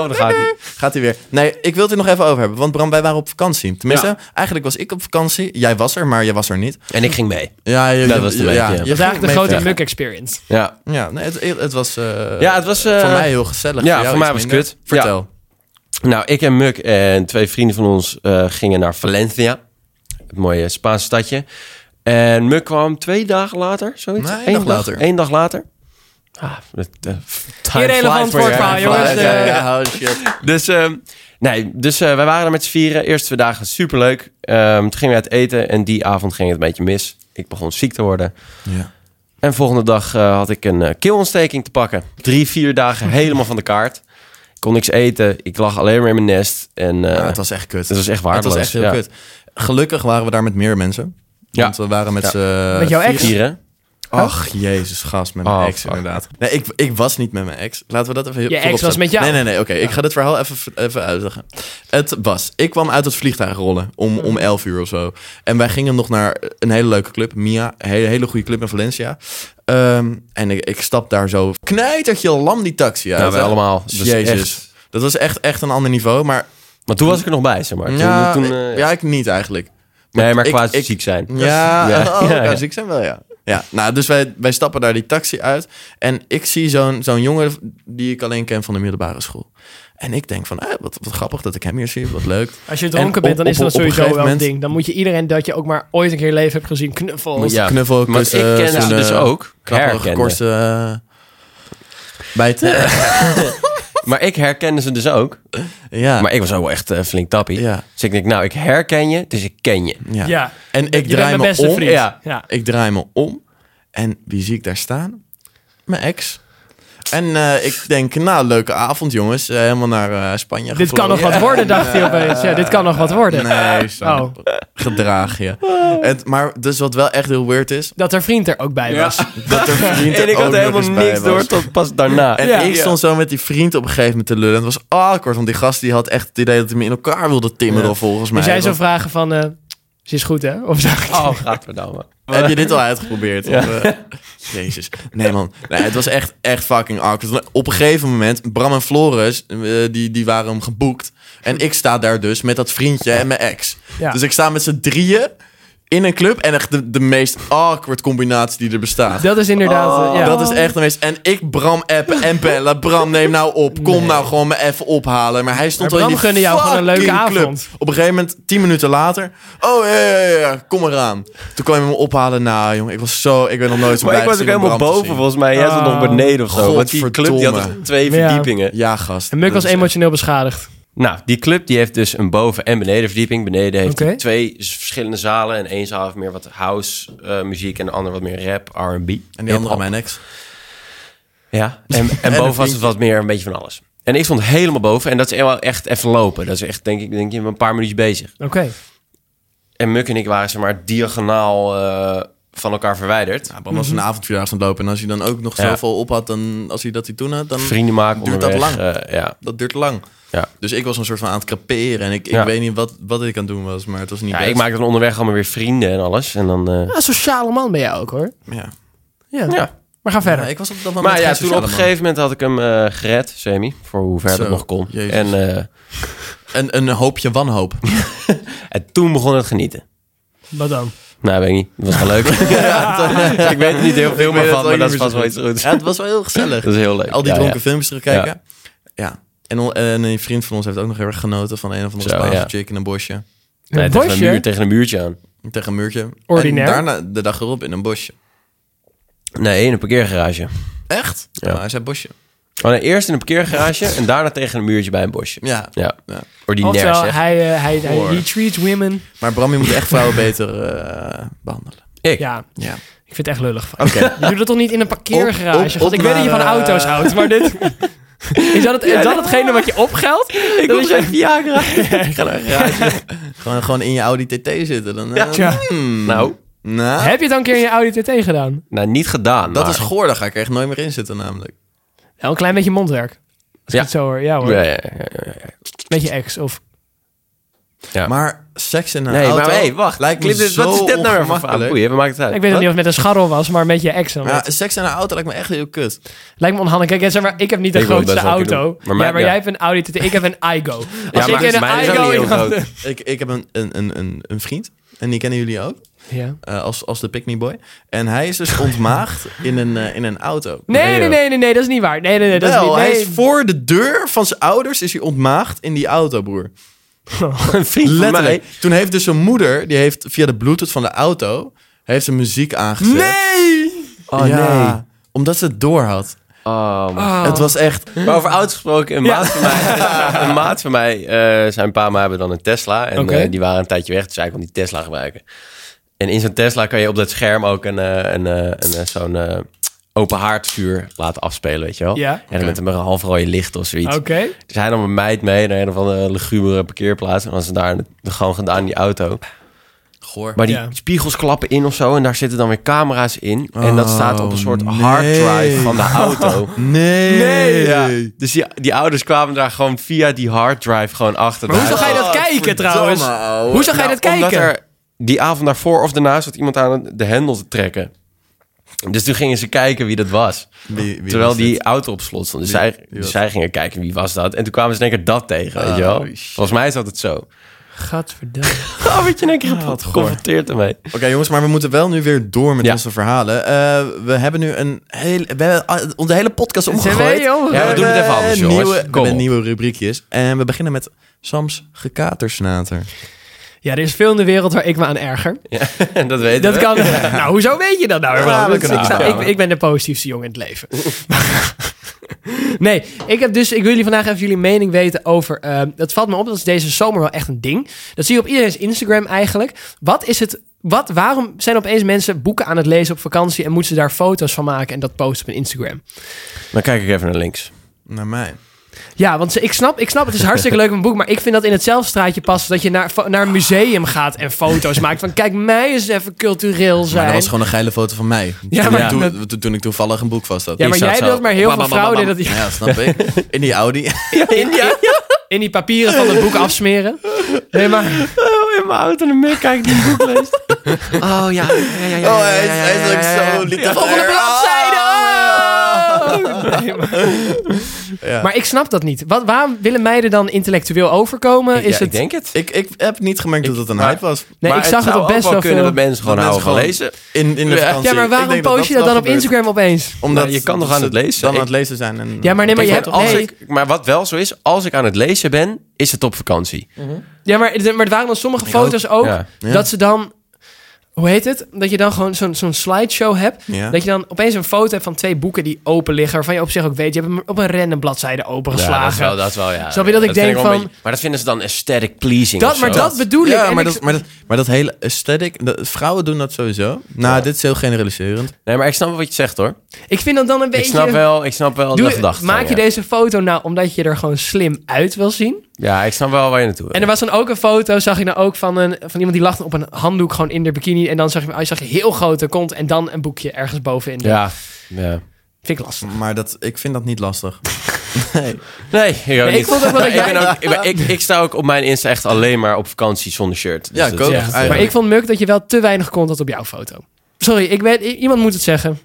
daar gaat hij.
Gaat hij weer. Nee, ik wil het er nog even over hebben. Want Bram, wij waren op vakantie. Tenminste, eigenlijk was ik op vakantie. Jij was er, maar jij was er niet.
En ik ging mee.
Ja, je,
Dat was de week, ja.
je
Dat
Dat
is
ging
eigenlijk de
mee
grote
vliegen.
muk experience.
Ja,
Ja, nee, het, het was eh,
ja het was... eh,
voor mij heel gezellig.
ja,
jou
voor mij
iets
was het
minder.
kut.
Vertel.
Nou, ik en Muk en twee vrienden van ons eh, gingen naar Valencia. Het mooie Spaanse stadje. En Muk kwam twee dagen later, zoiets.
Nee, een
Eén
dag later.
Eén dag later. Ah, het, eh, time
Irrelevant
flies when you're
voortverhaal,
having
jongens,
fun.
eh,
ja, ja, oh shit.
Dus, ehm, nee, dus eh, wij waren er met z'n vieren. Eerste twee dagen superleuk. Ehm toen gingen we uit eten en die avond ging het een beetje mis. Ik begon ziek te worden.
Ja.
En volgende dag eh, had ik een eh, keelontsteking te pakken. Drie, vier dagen helemaal van de kaart. Ik kon niks eten. Ik lag alleen maar in mijn nest. En eh,
Ja, Ah, het was echt kut.
het was echt
Het
waardeloos.
was echt heel
ja.
kut. Gelukkig waren we daar met meer mensen.
Ja.
Want we waren met
Ja.
z'n
Met jouw ex?
vieren.
Vieren.
Ach, jezus, gast, met mijn
Oh,
ex
fuck.
inderdaad. Nee, ik, ik was niet met mijn ex. Laten we dat even heel
Je ex
voorop
was
zetten.
met jou.
Nee, nee, nee, oké. Ik ga dit verhaal even, even uitleggen. Het was, ik kwam uit het vliegtuig rollen om,
Mhm.
om 11 uur of zo. En wij gingen nog naar een hele leuke club, Mia. Een hele, hele goede club in Valencia. Ehm, en ik, ik stap daar zo knijtertje lam die taxi uit.
Ja, wij
hè.
allemaal. Dus
Jezus.
echt.
Dat was echt, echt een ander niveau. Maar
Maar toen was ik er nog bij, zeg maar. Toen,
ja,
toen,
ik-
eh,
ja, ik niet eigenlijk.
nee, maar
ik-
qua
ik-
ziek zijn.
Ja,
Ja.
ja.
Ja, ja.
ziek zijn wel, ja. Ja, nou, dus wij, wij stappen daar die taxi uit. En ik zie zo'n zo'n jongen die ik alleen ken van de middelbare school. En ik denk van, eh, wat, wat grappig dat ik hem hier zie, wat leuk.
Als je
En
dronken
op-
bent, dan is
op-
dat
op een
sowieso
gegeven
wel een
moment-
ding. Dan moet je iedereen dat je ook maar ooit een keer in je leven hebt gezien knuffels.
Ja.
Knuffel,
Maar ik
kussen,
ken ze
zoenen, eh,
dus ook.
Knappe,
Herkende.
gekorste... eh, bijten.
Maar ik herkende ze dus ook.
Ja.
Maar ik was ook wel echt eh, flink tappie.
Ja.
Dus ik denk, nou, ik herken je, dus ik ken je.
Ja.
Ja.
En ik
Je
draai
bent mijn
me
beste
om.
vriend.
ja.
Ja.
Ik draai me om. En wie zie ik daar staan? Mijn ex. En eh, ik denk, nou, leuke avond, jongens. Eh, helemaal naar eh, Spanje
Dit kan nog
gevlogen.
wat worden, dacht hij opeens. Ja, dit kan nog wat worden.
Nee, zo.
Oh.
Gedraag je.
Oh.
Het, maar dus wat wel echt heel weird is...
Dat haar vriend er ook bij was. Dus
Dat er vriend er
En ik
ook
had
nog
helemaal
eens bij
niks
was.
door tot pas daarna.
En
Ja.
ik stond zo met die vriend op een gegeven moment te lullen. En het was awkward, want die gast die had echt het idee dat hij me in elkaar wilde timmeren, volgens mij.
Dus jij zou
Want,
vragen van, eh, ze is goed hè? Of zo.
Ah.
Oh, gadverdamme.
heb je dit al uitgeprobeerd? Of, eh, Jezus. Nee, man. Nee, het was echt, echt fucking awkward. Want Op een gegeven moment, Bram en Floris, eh, die, die waren hem geboekt. En ik sta daar dus met dat vriendje en mijn ex.
Ja.
Dus ik sta met z'n drieën in een club. En echt de, de meest awkward combinatie die er bestaat.
Dat is inderdaad... eh, ja.
Oh, Dat is echt een meest. En ik Bram appen en bellen. Bram, neem nou op. Kom nou gewoon me even ophalen. Maar hij stond
Maar
al in
Bram
die
gunde jou gewoon een leuke
fucking club.
avond.
Op een gegeven moment, tien minuten later. Oh, ja, ja, ja, ja, kom eraan. Toen kwam hij me ophalen. Nou, jongen, ik was zo... Ik ben nog nooit zo
Maar
blij
ik was ook
gezien om
helemaal
Bram te
boven
zien.
volgens mij. Jij zat nog
Ah.
beneden of zo. Want die club die had
Godverdomme.
echt
Ja.
twee verdiepingen.
Ja, gast.
En Muk
Dat
was
is echt-
emotioneel beschadigd.
Nou, die club die heeft dus een boven- en benedenverdieping. Beneden heeft
Oké.
hij twee s- verschillende zalen. En één zaal heeft meer wat house eh, muziek en de andere wat meer rap, R&B.
En die andere
Hip-hop.
mijn ex.
Ja, en,
een
en boven was het
vriendje.
wat meer een beetje van alles. En ik stond helemaal boven en dat is wel echt even lopen. Dat is echt, denk ik, denk je, een paar minuutjes bezig.
Oké.
En Muk en ik waren, zeg maar, diagonaal eh, van elkaar verwijderd.
Nou, Bram was een avond vier dagen aan het lopen. En als hij dan ook nog
Mhm. Ja.
zoveel op had, dan, als hij dat hij toen had, dan...
Vrienden maken
Hm. duurt dat
onderweg.
lang?
eh, ja.
Dat duurt lang.
Ja.
Dus ik was een soort van aan het kraperen. En ik, ik
Ja.
weet niet wat, wat ik aan het doen was, maar het was niet
ja,
best.
ik maakte dan onderweg allemaal weer vrienden en alles. En dan, eh,
Een sociale man ben jij ook hoor.
Ja.
Ja.
ja.
Maar ga verder.
Ja, ik was op dat moment
Maar ja,
geen
toen op
sociale
een
man.
gegeven moment had ik hem eh, gered, semi, voor hoe ver dat
Zo,
nog kon.
Jezus.
En, eh,
Een, een hoopje wanhoop.
en toen begon het genieten.
Wat dan?
Nou, weet ik niet. Het was wel leuk. ik weet er niet heel veel
Ik
meer
weet het ook
van, maar
niet
dat
meer
is vast
zo
wel iets goeds.
Ja, het was wel heel gezellig.
Dat is heel leuk.
Al die
Ja,
dronken
ja.
films terugkijken. Ja. En, on- en een vriend van ons heeft ook nog heel erg genoten van een of andere
Zo,
Spaanse
ja.
chick in een bosje.
Nee,
Een
tegen, een
bosje?
muur, tegen een muurtje aan.
Tegen een muurtje.
Ordinair.
En daarna de dag erop in een bosje.
Nee, in een parkeergarage.
Echt?
Ja.
Ja. hij zei bosje.
Oh, nee, eerst in een parkeergarage en daarna tegen een muurtje bij een bosje.
Ja.
Ja,
Ja.
ordinair
Oftewel,
zeg.
hij, eh, hij, hij,
Hoor.
he treats women.
Maar Bram, je moet echt vrouwen beter eh, behandelen.
Ik?
Ja,
Ja.
ik vind het echt lullig. van.
Oké.
Je doet dat toch niet in een parkeergarage?
Op- op-
gast?
op
ik weet dat je van
naar, eh,
auto's houdt, maar dit... Is dat, het, is dat hetgene wat je opgeldt? Ik dat is je...
Viagra.
gewoon, gewoon in je Audi TT zitten. Dan, eh,
Tja.
hmm.
Nou,
Nou,
Heb je het dan een keer in je Audi TT gedaan?
nou, niet gedaan.
dat
maar-
is goor. Daar ga ik er echt nooit meer in zitten namelijk.
Wel een klein beetje mondwerk. Als ik
Ja.
het zo hoor. Ja hoor.
Ja, ja, ja, ja, ja.
Beetje ex of...
Ja.
Maar seks in een
Nee,
auto
maar hey, wacht.
lijkt me
Clip, dit-
zo
wat is dit nou weer voor verhaal?
ongemakkelijk.
Boeien, we maken het uit.
Ik weet nog
Wat?
niet of het met een scharrel was, maar met je ex dan.
Ja, seks in een auto lijkt me echt heel kut.
Lijkt me onhandig. Kijk, zeg maar, ik heb niet de
Ik wil het
grootste
best wel een keer
auto.
doen. Maar mij-
ja, maar
ja.
jij hebt een Audi TT. Ik heb een iGo. Als
Ja,
ik
maar
in een
mijn is ook
iGo...
niet heel
iemand-
groot.
Ik, ik heb een, een, een, een, een vriend. En die kennen jullie ook.
Ja.
eh, als, als de Pick Boy. En hij is dus ontmaagd in, een, eh, in een auto.
Nee, nee, nee, nee, nee, dat is niet waar. Nee, nee, nee, dat is
Wel,
niet...
hij
Nee.
is voor de deur van zijn ouders is hij ontmaagd in die auto, broer.
Een vriend van mij.
Letterlijk. Toen heeft dus zijn moeder, die heeft via de bluetooth van de auto, heeft zijn muziek aangezet.
Nee! Oh,
ja,
nee.
Omdat ze het door had.
Oh, man.
Oh.
Het was echt...
Maar over auto's gesproken, een maat van mij, een maat van mij eh, zijn pa en ma hebben dan een Tesla. En
Oké.
eh, die waren een tijdje weg, dus hij kon die Tesla gebruiken. En in zo'n Tesla kan je op dat scherm ook een, eh, een, eh, een, eh, zo'n eh, open haardvuur laten afspelen, weet je wel?
Ja.
En dan met een half rode licht of zoiets.
Oké.
Dus hij nam een meid mee naar een of andere lugubere parkeerplaats. En dan ze daar gewoon gedaan in die auto.
Goor.
Maar die
Ja.
spiegels klappen in of zo. En daar zitten dan weer camera's in. En dat
Oh,
staat op een soort
nee.
hard drive van de auto.
Nee.
Ja. Dus die, die ouders kwamen daar gewoon via die hard drive gewoon achter.
Maar hoezo ga je dat
Oh,
kijken trouwens?
verdomme, ouwe.
Hoezo ga je dat
Nou, Omdat
kijken?
er die avond daarvoor of daarna zat iemand aan de hendel te trekken. Dus toen gingen ze kijken wie dat was.
Wie- wie
Terwijl
was
die
dit?
auto op slot stond. Dus,
Wie-
zij,
wie
dus
was
zij gingen kijken wie was dat. En toen kwamen ze denk ik dat tegen, weet je wel.
Oh, shit.
Volgens mij zat het zo.
Gadverdamme.
Oh, weet je, in één keer geconfronteerd ermee.
Oké jongens, maar we moeten wel nu weer door met
Ja.
onze verhalen. Eh, we hebben nu een hele... We hebben ah, onze hele podcast omgegooid.
Ja, we doen het even anders,
nieuwe,
jongens.
we
Kom
hebben
op.
nieuwe rubriekjes. En we beginnen met Sams gekatersnater.
Ja, er is veel in de wereld waar ik me aan erger.
En dat weten
Dat
we.
kan. Nou, hoezo weet je dat nou?
Ja,
Ja,
we
ik,
kunnen
sta-
afkomen.
ik, ik ben de positiefste jongen in het leven. Nee, ik, heb dus, ik wil jullie vandaag even jullie mening weten over... ehm, dat valt me op, dat is deze zomer wel echt een ding. Dat zie je op iedereen's Instagram eigenlijk. Wat is het... Wat, waarom zijn opeens mensen boeken aan het lezen op vakantie... en moeten ze daar foto's van maken en dat posten op hun Instagram?
Dan kijk ik even naar links.
Naar mij.
Ja, want ze- ik snap, ik snap het is hartstikke leuk een boek... maar ik vind dat in hetzelfde straatje past... dat je naar, fo- naar een museum gaat en foto's maakt. Van kijk, mij eens even cultureel
Maar
zijn.
dat was gewoon een geile foto van mij.
Ja,
Toen-
maar-
toen, toen, toen ik toevallig een boek vast had.
ja, maar
Ik zat
jij
zo-
wilt maar heel
Bam,
veel
bam, bam,
vrouwen... Dat
bam.
die,
Ja, snap ik. In die Audi. Oh,
in, die, in die papieren van het boek afsmeren. Nee, maar...
Oh, in mijn auto naar meer kijk die boek leest. Oh ja, ja, ja,
Oh, hij is, hij is ook zo literair.
Volgende bladzijde! oh! Nee, maar...
Ja.
maar ik snap dat niet. Wat, waarom willen meiden dan intellectueel overkomen? Is
ik
het...
denk het.
Ik, ik heb niet gemerkt dat het een
maar-
hype was.
Nee, ik zag het
zou
op best
ook
wel
kunnen
veel.
eh, dat mensen gewoon
Dat
houden van
mensen
lezen.
In, in de
Ja.
vakantie.
Ja, maar
Ik
waarom
denk dat
post je dat
snel
dan op
gebeurt.
Instagram opeens?
Omdat
Nou, je kan nog
ze
aan het lezen.
Dan
Ik-
aan het lezen zijn. En
Ja, maar nee, maar je
Kijk,
hebt...
want als
nee.
ik, maar wat wel zo is, als ik aan het lezen ben, is het op vakantie.
Ja, maar, maar er waren dan sommige foto's ook,
Ja.
Ja.
dat ze dan... Hoe heet het? Dat je dan gewoon zo'n zo'n slideshow hebt.
Ja.
Dat je dan opeens een foto hebt van twee boeken die open liggen. Waarvan je op zich ook weet, je hebt hem op een random bladzijde
Ja, dat is
opengeslagen.
wel, dat is wel, ja.
Snap je dat ik
vind
denk
wel een
van-
beetje- maar dat vinden ze dan aesthetic pleasing
dat,
of
maar
zo.
dat bedoel ik.
Ja,
En
maar
ik-
dat, maar, dat, maar dat hele aesthetic, dat- vrouwen doen dat sowieso. Nou, dit is heel generaliserend.
Nee, maar ik snap wel wat je zegt, hoor.
ik vind dat dan een beetje...
Ik snap wel, ik snap wel
Doe-
de gedachte.
maak
van,
je
ja.
deze foto nou omdat je er gewoon slim uit wil zien?
Ja, ik snap wel waar je naartoe wil.
En er was dan ook een foto, zag ik nou ook van, een, van iemand die lag op een handdoek gewoon in de bikini. En dan zag je, ah, je zag heel grote kont en dan een boekje ergens bovenin.
Ja, ja.
Vind ik lastig.
Maar dat, ik vind dat niet lastig.
Nee, ik, ook
ik
niet.
vond ook wel dat
ik,
jij-
ben ook, ik, ben- ik, ik sta ook op mijn Insta echt alleen maar op vakantie zonder shirt. Dus
Ja, ik
dat-
ook.
Ja.
Eigenlijk.
Maar ik vond Muk dat je wel te weinig kont had op jouw foto. Sorry, ik weet, i- iemand moet het zeggen.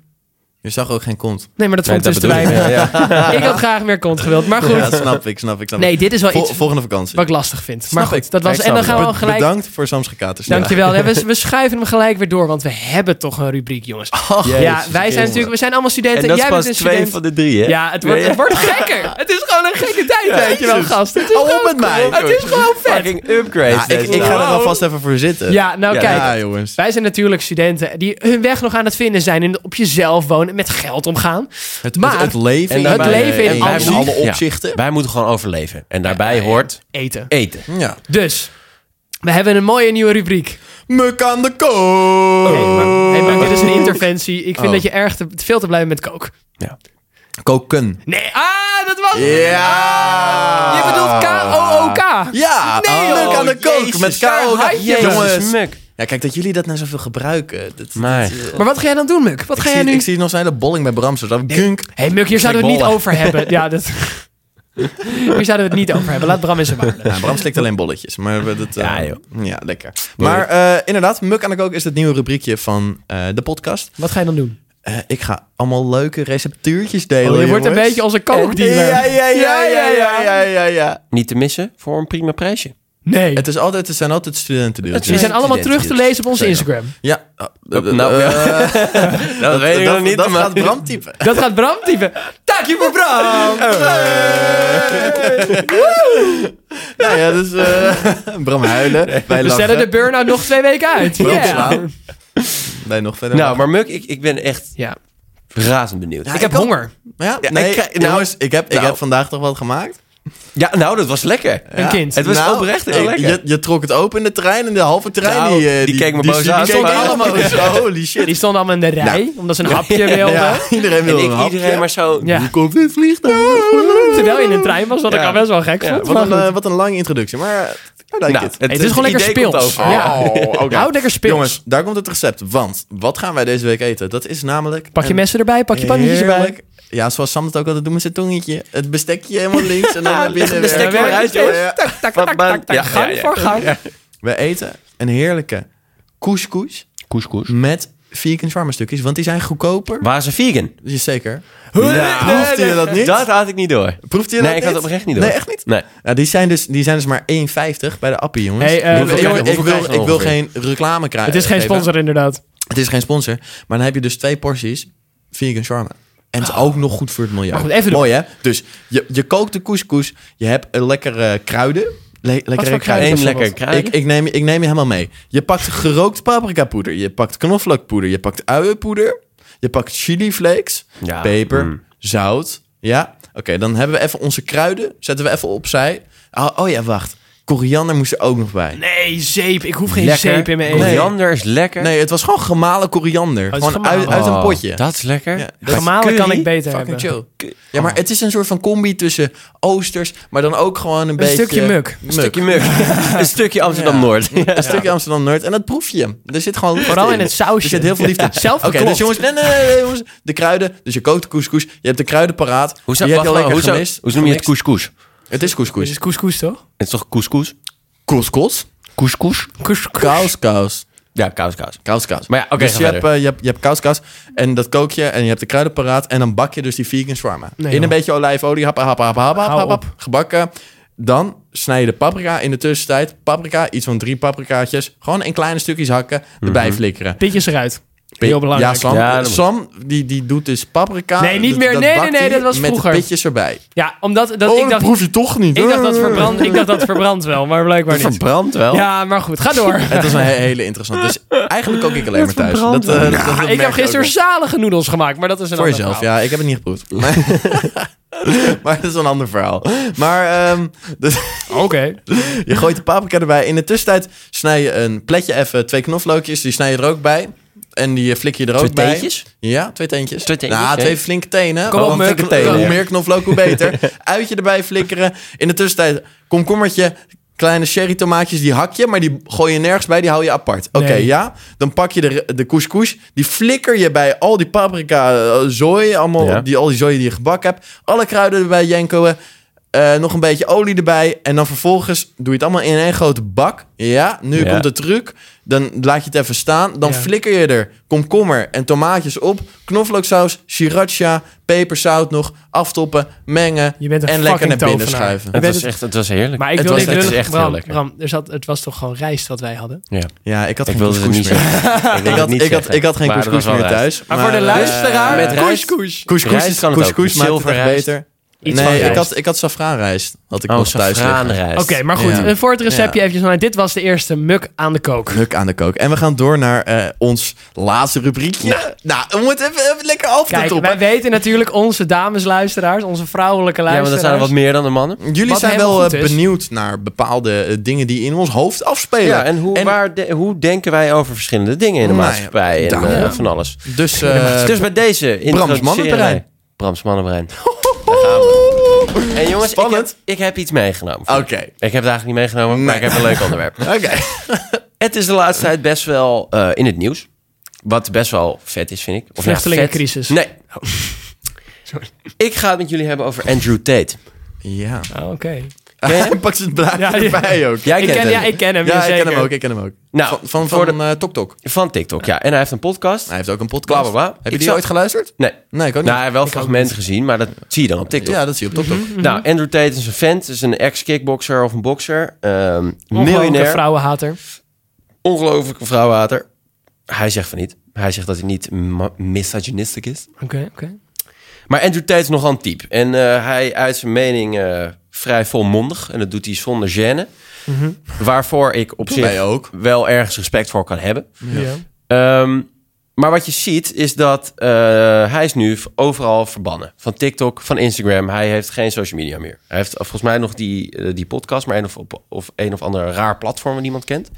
Je zag ook geen kont.
Nee, maar dat
Nee,
vond ik
dat
dus te
bedoel ik.
weinig.
Ja,
Ik had graag meer kont gewild. Maar goed,
Ja, snap ik, snap ik. Snap
nee,
ik.
dit is wel
Vol-
iets
volgende vakantie.
wat ik lastig vind.
Snap
Maar goed,
ik.
dat was...
Ik
En
snap
dan
het.
gaan we al gelijk...
Bedankt voor Sams gekaters.
Dankjewel. Ja, we, we schuiven hem gelijk weer door, want we hebben toch een rubriek, jongens. ja, wij zijn natuurlijk, we zijn allemaal studenten.
Oh, En dat is
Jij
pas
bent een
twee
student.
van de drie, hè?
Ja, het wordt, het wordt gekker. Het is gewoon een gekke tijd, weet je wel, gast. Het is,
Hou op
gewoon,
met mij.
het is gewoon vet.
Fucking upgrade.
Ja, ik, ik ga er alvast even voor zitten.
Ja, nou
Ja,
kijk.
Ja, jongens.
Wij zijn natuurlijk studenten die hun weg nog aan het vinden zijn. En op jezelf wonen, met geld omgaan.
Het,
Maar-
het, het leven,
En
in-
daarbij-
het leven in
en wij hebben
Amsterdam.
alle
Ja.
opzichten.
Wij moeten gewoon overleven. En daarbij hoort
Eten.
eten.
Ja.
Dus, we hebben een mooie nieuwe rubriek.
Muk aan de kook.
Hey, maar dit is een interventie. Ik vind
Oh.
dat je erg te, veel te blij bent met kook.
Koken.
Nee, ah, dat was het.
Ja.
Je bedoelt K-O-O-K.
Ja.
Nee,
Muk
joh.
aan de kook.
Jezus,
met
daar
kook.
oh, had je hem.
Jongens.
Jongens.
Muk.
Ja, kijk, dat jullie dat nou zoveel gebruiken. Dat,
Nee.
dat, eh,
Maar wat ga jij dan doen, Muk? Wat
ik,
ga jij
zie,
nu...
ik zie nog zijn hele bolling bij Bramsters. Dat gunk.
Hé, hey, Muk, hier zouden we het niet
bollen.
over hebben. Ja, dat... Hier zouden we het niet over hebben. Laat Bram in zijn waarde.
Nou, Bram slikt alleen bolletjes. Maar we- dat, eh,
Ja, joh.
Ja, lekker. Maar eh, inderdaad, Muk aan de kook is het nieuwe rubriekje van eh, de podcast.
Wat ga je dan doen?
Eh, ik ga allemaal leuke receptuurtjes delen,
Oh, je wordt een
jongens.
beetje als een kookdealer.
Ja, ja, ja, ja, ja, ja, ja, ja.
Niet te missen voor een prima prijsje.
Nee.
Het, is altijd, het zijn altijd studentendeeltjes.
Die zijn allemaal terug te lezen op onze
Zeker.
Instagram.
Ja. Nou,
nou, Dat weet ik nog niet.
Dat
maar-
gaat Bram typen.
Dat gaat Bram typen. Dank je voor Bram.
Nou
Ja, ja, dus eh, Bram huilen. Wij
We
lachen.
stellen de burn-out nog twee weken uit.
Bram
Ja.
slaan. Wij nog verder.
Nou, maar Muk, ik, ik ben echt
Ja.
razend benieuwd.
Ik heb honger.
Maar ja,
Ja,
nee,
ik krijg- nou,
jongens, ik heb, ik
nou.
heb vandaag toch wat gemaakt.
Ja, nou, dat was lekker.
Een kind.
Het was
Nou,
oprecht heel
ik-
lekker.
Je, je trok het open in de trein en de halve trein
Nou,
die, eh,
die keek me
die,
boos
die,
aan,
Die keek
maar-
helemaal zo. Holy shit.
Die stonden allemaal in de rij, omdat ze een hapje wilden.
Nou. Ja, iedereen
en
wil een
ik
hapje.
iedereen maar zo... nou,
Ja.
Hoe komt dit vliegtuig?
Terwijl je in een trein was, wat ik
Ja.
al best wel gek vond.
Wat
maar
een,
goed.
eh, wat een lange introductie, maar eh, I like
Nou,
it.
het is gewoon
idee
lekker
komt
speels.
over.
Ja.
oké.
Hou lekker speels.
oh, Jongens, daar komt het recept. Want wat gaan wij deze week eten? Dat is namelijk.
Pak je
een
messen erbij, pak je pannetjes erbij.
heerlijk- Ja, zoals Sam het ook altijd doet met zijn tongetje. Het bestekje helemaal links en dan naar binnen.
bestek
werken.
maar uit, jongens.
Ja.
Tak, tak,
Wat
tak,
ben-
tak, tak.
ja,
Gang
ja, ja.
voor gang.
We eten een heerlijke couscous
Couscous.
met vegan shawarma stukjes, want die zijn goedkoper. Dus
Waren ze vegan?
Zeker.
Nou.
Proefde je dat niet?
Dat had ik niet door.
Proefde je
Nee,
dat
ik had
niet?
het oprecht niet door.
Nee, echt niet?
Nee.
Ja, die, zijn dus, die zijn dus maar 1,50 bij de appie, jongens.
Hey, eh,
Hoeveel-
jongen,
jongen, ik,
hoeveel
wil,
krijgen we
ik wil
ongeveer?
geen reclame krijgen.
Het is geen
geven.
sponsor inderdaad.
Het is geen sponsor. Maar dan heb je dus twee porties vegan shawarma. En het is ook nog goed voor het milieu.
Maar goed, even doen.
Mooi, hè? Dus je, je kookt de couscous. Je hebt een lekkere kruiden. Le lekkere
voor kruiden?
Eén
Bijvoorbeeld.
lekker kruiden.
Ik, ik, neem, je- ik neem je helemaal mee. Je pakt gerookt paprikapoeder. Je pakt knoflookpoeder. Je pakt uienpoeder. Je pakt chili flakes.
Ja,
peper.
mm.
Zout. Ja? Oké, dan hebben we even onze kruiden. Zetten we even opzij. Oh, oh ja, wacht. Koriander moest er ook nog bij.
Nee, zeep. Ik hoef geen
Lekker.
zeep in mijn eten.
Koriander is lekker.
Nee, het was gewoon gemalen koriander.
het is
gewoon uit,
gemalen.
uit een
Oh,
potje.
Dat is lekker.
Ja, dat-
Gemalen kan
curry,
ik beter
Fucking
hebben.
chill. Ja,
Oh.
maar het is een soort van combi tussen oosters, maar dan ook gewoon een,
Een
beetje...
stukje muk.
Een stukje muk. een stukje Amsterdam-Noord.
Een stukje Amsterdam-Noord. En dat proef je. Er zit gewoon liefde
Vooral in het sausje.
Er zit heel veel liefde in.
Zelf
Oké,
geklopt.
dus jongens, nee, nee, nee, nee, jongens. De kruiden. Dus je kookt de couscous. Je hebt de kruiden paraat.
Hoezo,
die heb je
wacht,
al lekker
hoezo,
gemist.
hoezo noem je het
Gemixt.
couscous?
Het is
Dit
couscous.
is couscous, toch?
Het is toch couscous?
Couscous?
Couscous?
Couscous.
Kous, kous.
Ja, kous, kous.
Kous, kous.
Maar ja, oké,
dus
ga
je hebt,
verder.
eh, je hebt, je hebt kous, kous. En dat kook je. En je hebt de kruiden paraat. En dan bak je dus die vegan shawarma.
Nee,
in een
joh.
beetje olijfolie. Hap, hap, hap, hap, hap,
Hou
hap, hap. Gebakken. Dan snij je de paprika in de tussentijd. Paprika, iets van drie paprikaatjes. Gewoon in kleine stukjes hakken.
Mhm.
Erbij flikkeren.
Pitjes eruit.
Pit-
Heel belangrijk.
Ja, Sam,
Ja, dat
Sam die, die doet dus paprika.
Nee, niet
Dat-
meer.
dat
Nee,
bakt
nee, nee,
hij
dat was
met
vroeger.
Met pitjes erbij. Oh,
Ja, omdat dat, ik, dacht,
je toch niet. Eh.
ik dacht dat verbrand, ik dacht dat verbrand wel, maar blijkbaar niet.
Verbrand wel.
Ja, maar goed, ga door.
Het was een he- hele interessante. Dus eigenlijk ook ik alleen maar thuis. Dat, eh, dat- dat
Ik
merk
heb
je ook
gisteren
wel.
zalige noedels gemaakt, maar dat is een
Voor
ander
jezelf,
verhaal.
ja. Ik heb het niet geproefd. Maar, maar dat is een ander verhaal. Maar ehm, dus,
Oké.
je gooit de paprika erbij. In de tussentijd snij je een pletje even. Twee knoflookjes, die snij je er ook bij. En die flik je er ook
Twee
bij.
teentjes?
Ja, twee teentjes.
Twee teentjes,
Nou,
oké.
twee flinke tenen.
Kom op,
Want
Muk.
flinke tenen.
Ja.
Hoe meer knoflook, hoe beter. Uitje erbij flikkeren. In de tussentijd komkommertje. Kleine sherry tomaatjes, die hak je, maar die gooi je nergens bij, die hou je apart. Oké,
Nee.
ja? Dan pak je de, de couscous, die flikker je bij al die paprika, eh, zooi, allemaal,
Ja.
die, al die zooi die je gebakken hebt. Alle kruiden erbij jenkoen, eh, nog een beetje olie erbij. En dan vervolgens doe je het allemaal in één grote bak. Ja, nu
Ja.
komt de truc. Dan laat je het even staan. Dan
Ja.
flikker je er komkommer en tomaatjes op. Knoflooksaus, sriracha, peperzout nog. Aftoppen, mengen
Je bent een
en lekker naar
fucking
binnen
tovenaar.
schuiven.
Ik
Het
weet
was,
het-
echt, het was heerlijk.
Maar ik
Het
wil
was-
niet
het is
lullig-
echt heel
Bram,
lekker.
Bram, er zat, het was toch gewoon rijst wat wij hadden?
ja.
Ja, ik had
Ik
geen
wilde het
couscous
niet
meer.
zeggen. wilde
Ik
het
had,
niet
ik, had,
zeggen.
ik had geen
Maar er
couscous
was wel
meer
rijst.
thuis.
Maar, voor de
eh,
luisteraar,
met rijst-
couscous.
Couscous,
Rijst kan het ook.
couscous maakt het echt
Zilverrijst.
beter.
Iets van
nee, ik
rijst.
had, ik had saffraanrijst. Had ik
Oh,
nog thuis dus- liggen.
saffraanrijst.
Oké, maar goed.
Ja.
eh, Voor het receptje
Ja.
eventjes. Maar dit was de eerste muk aan de kook.
Geluk aan de kook. En we gaan door naar eh, ons laatste rubriekje. Nou, we moeten even, even lekker af
Kijk,
op.
wij weten natuurlijk onze damesluisteraars, onze vrouwelijke
Ja, maar
luisteraars.
dat zijn er wat meer dan de mannen.
Jullie
Wat
zijn
helemaal
wel
goed
eh,
is.
benieuwd naar bepaalde eh, dingen die in ons hoofd afspelen.
Ja, en hoe, waar de- hoe denken wij over verschillende dingen in de
Nou ja,
maatschappij en
daarom.
eh, van alles?
Dus, eh,
dus met deze introduceren
mannenbrein.
wij Brams mannenbrein. En jongens, ik heb,
Spannend.
ik heb iets meegenomen. voor
Oké.
je. Ik heb het eigenlijk niet meegenomen, maar ik heb een leuk onderwerp.
Oké.
Het is de laatste tijd best wel eh, in het nieuws. Wat best wel vet is, vind ik. Of nou,
Vluchtelingencrisis.
vet. Nee.
Oh.
Ik ga het met jullie hebben over Andrew Tate.
Ja.
Ah, Oké.
Hij pakt zijn blaadje
Ja, ja.
erbij ook.
Jij
Ik
kent
ken,
hem.
ja, ik ken hem.
Ja, ik
zeker.
ken hem ook. Ik ken hem ook.
Nou,
van van,
voor
van, eh, TokTok.
Van TikTok, ja. En hij heeft een podcast.
Hij heeft ook een podcast.
Bla, bla, bla.
Heb je
Ik
die
zag-
ooit geluisterd?
Nee.
Nee, ik ook niet.
Nou, hij heeft wel fragmenten gezien, maar dat zie je dan op TikTok.
ja, Mhm. dat zie je op TokTok.
Nou, Andrew Tate is een vent. Is een ex-kickboxer of een bokser. ehm
Ongelooflijke
miljonair.
vrouwenhater.
Ongelooflijke vrouwhater. Hij zegt van niet. Hij zegt dat hij niet ma- misogynistisch is.
Oké, oké.
Maar Andrew Tate is nogal een type. En eh, hij uit zijn mening eh, vrij volmondig. En dat doet hij zonder gêne. Waarvoor ik op zich
Mhm. Wij ook.
wel ergens respect voor kan hebben.
Ja.
Ehm, maar wat je ziet is dat eh, hij is nu v- overal verbannen. Van TikTok, van Instagram. Hij heeft geen social media meer. Hij heeft eh, volgens mij nog die, eh, die podcast, maar een of, op, of een of ander raar platform dat niemand kent.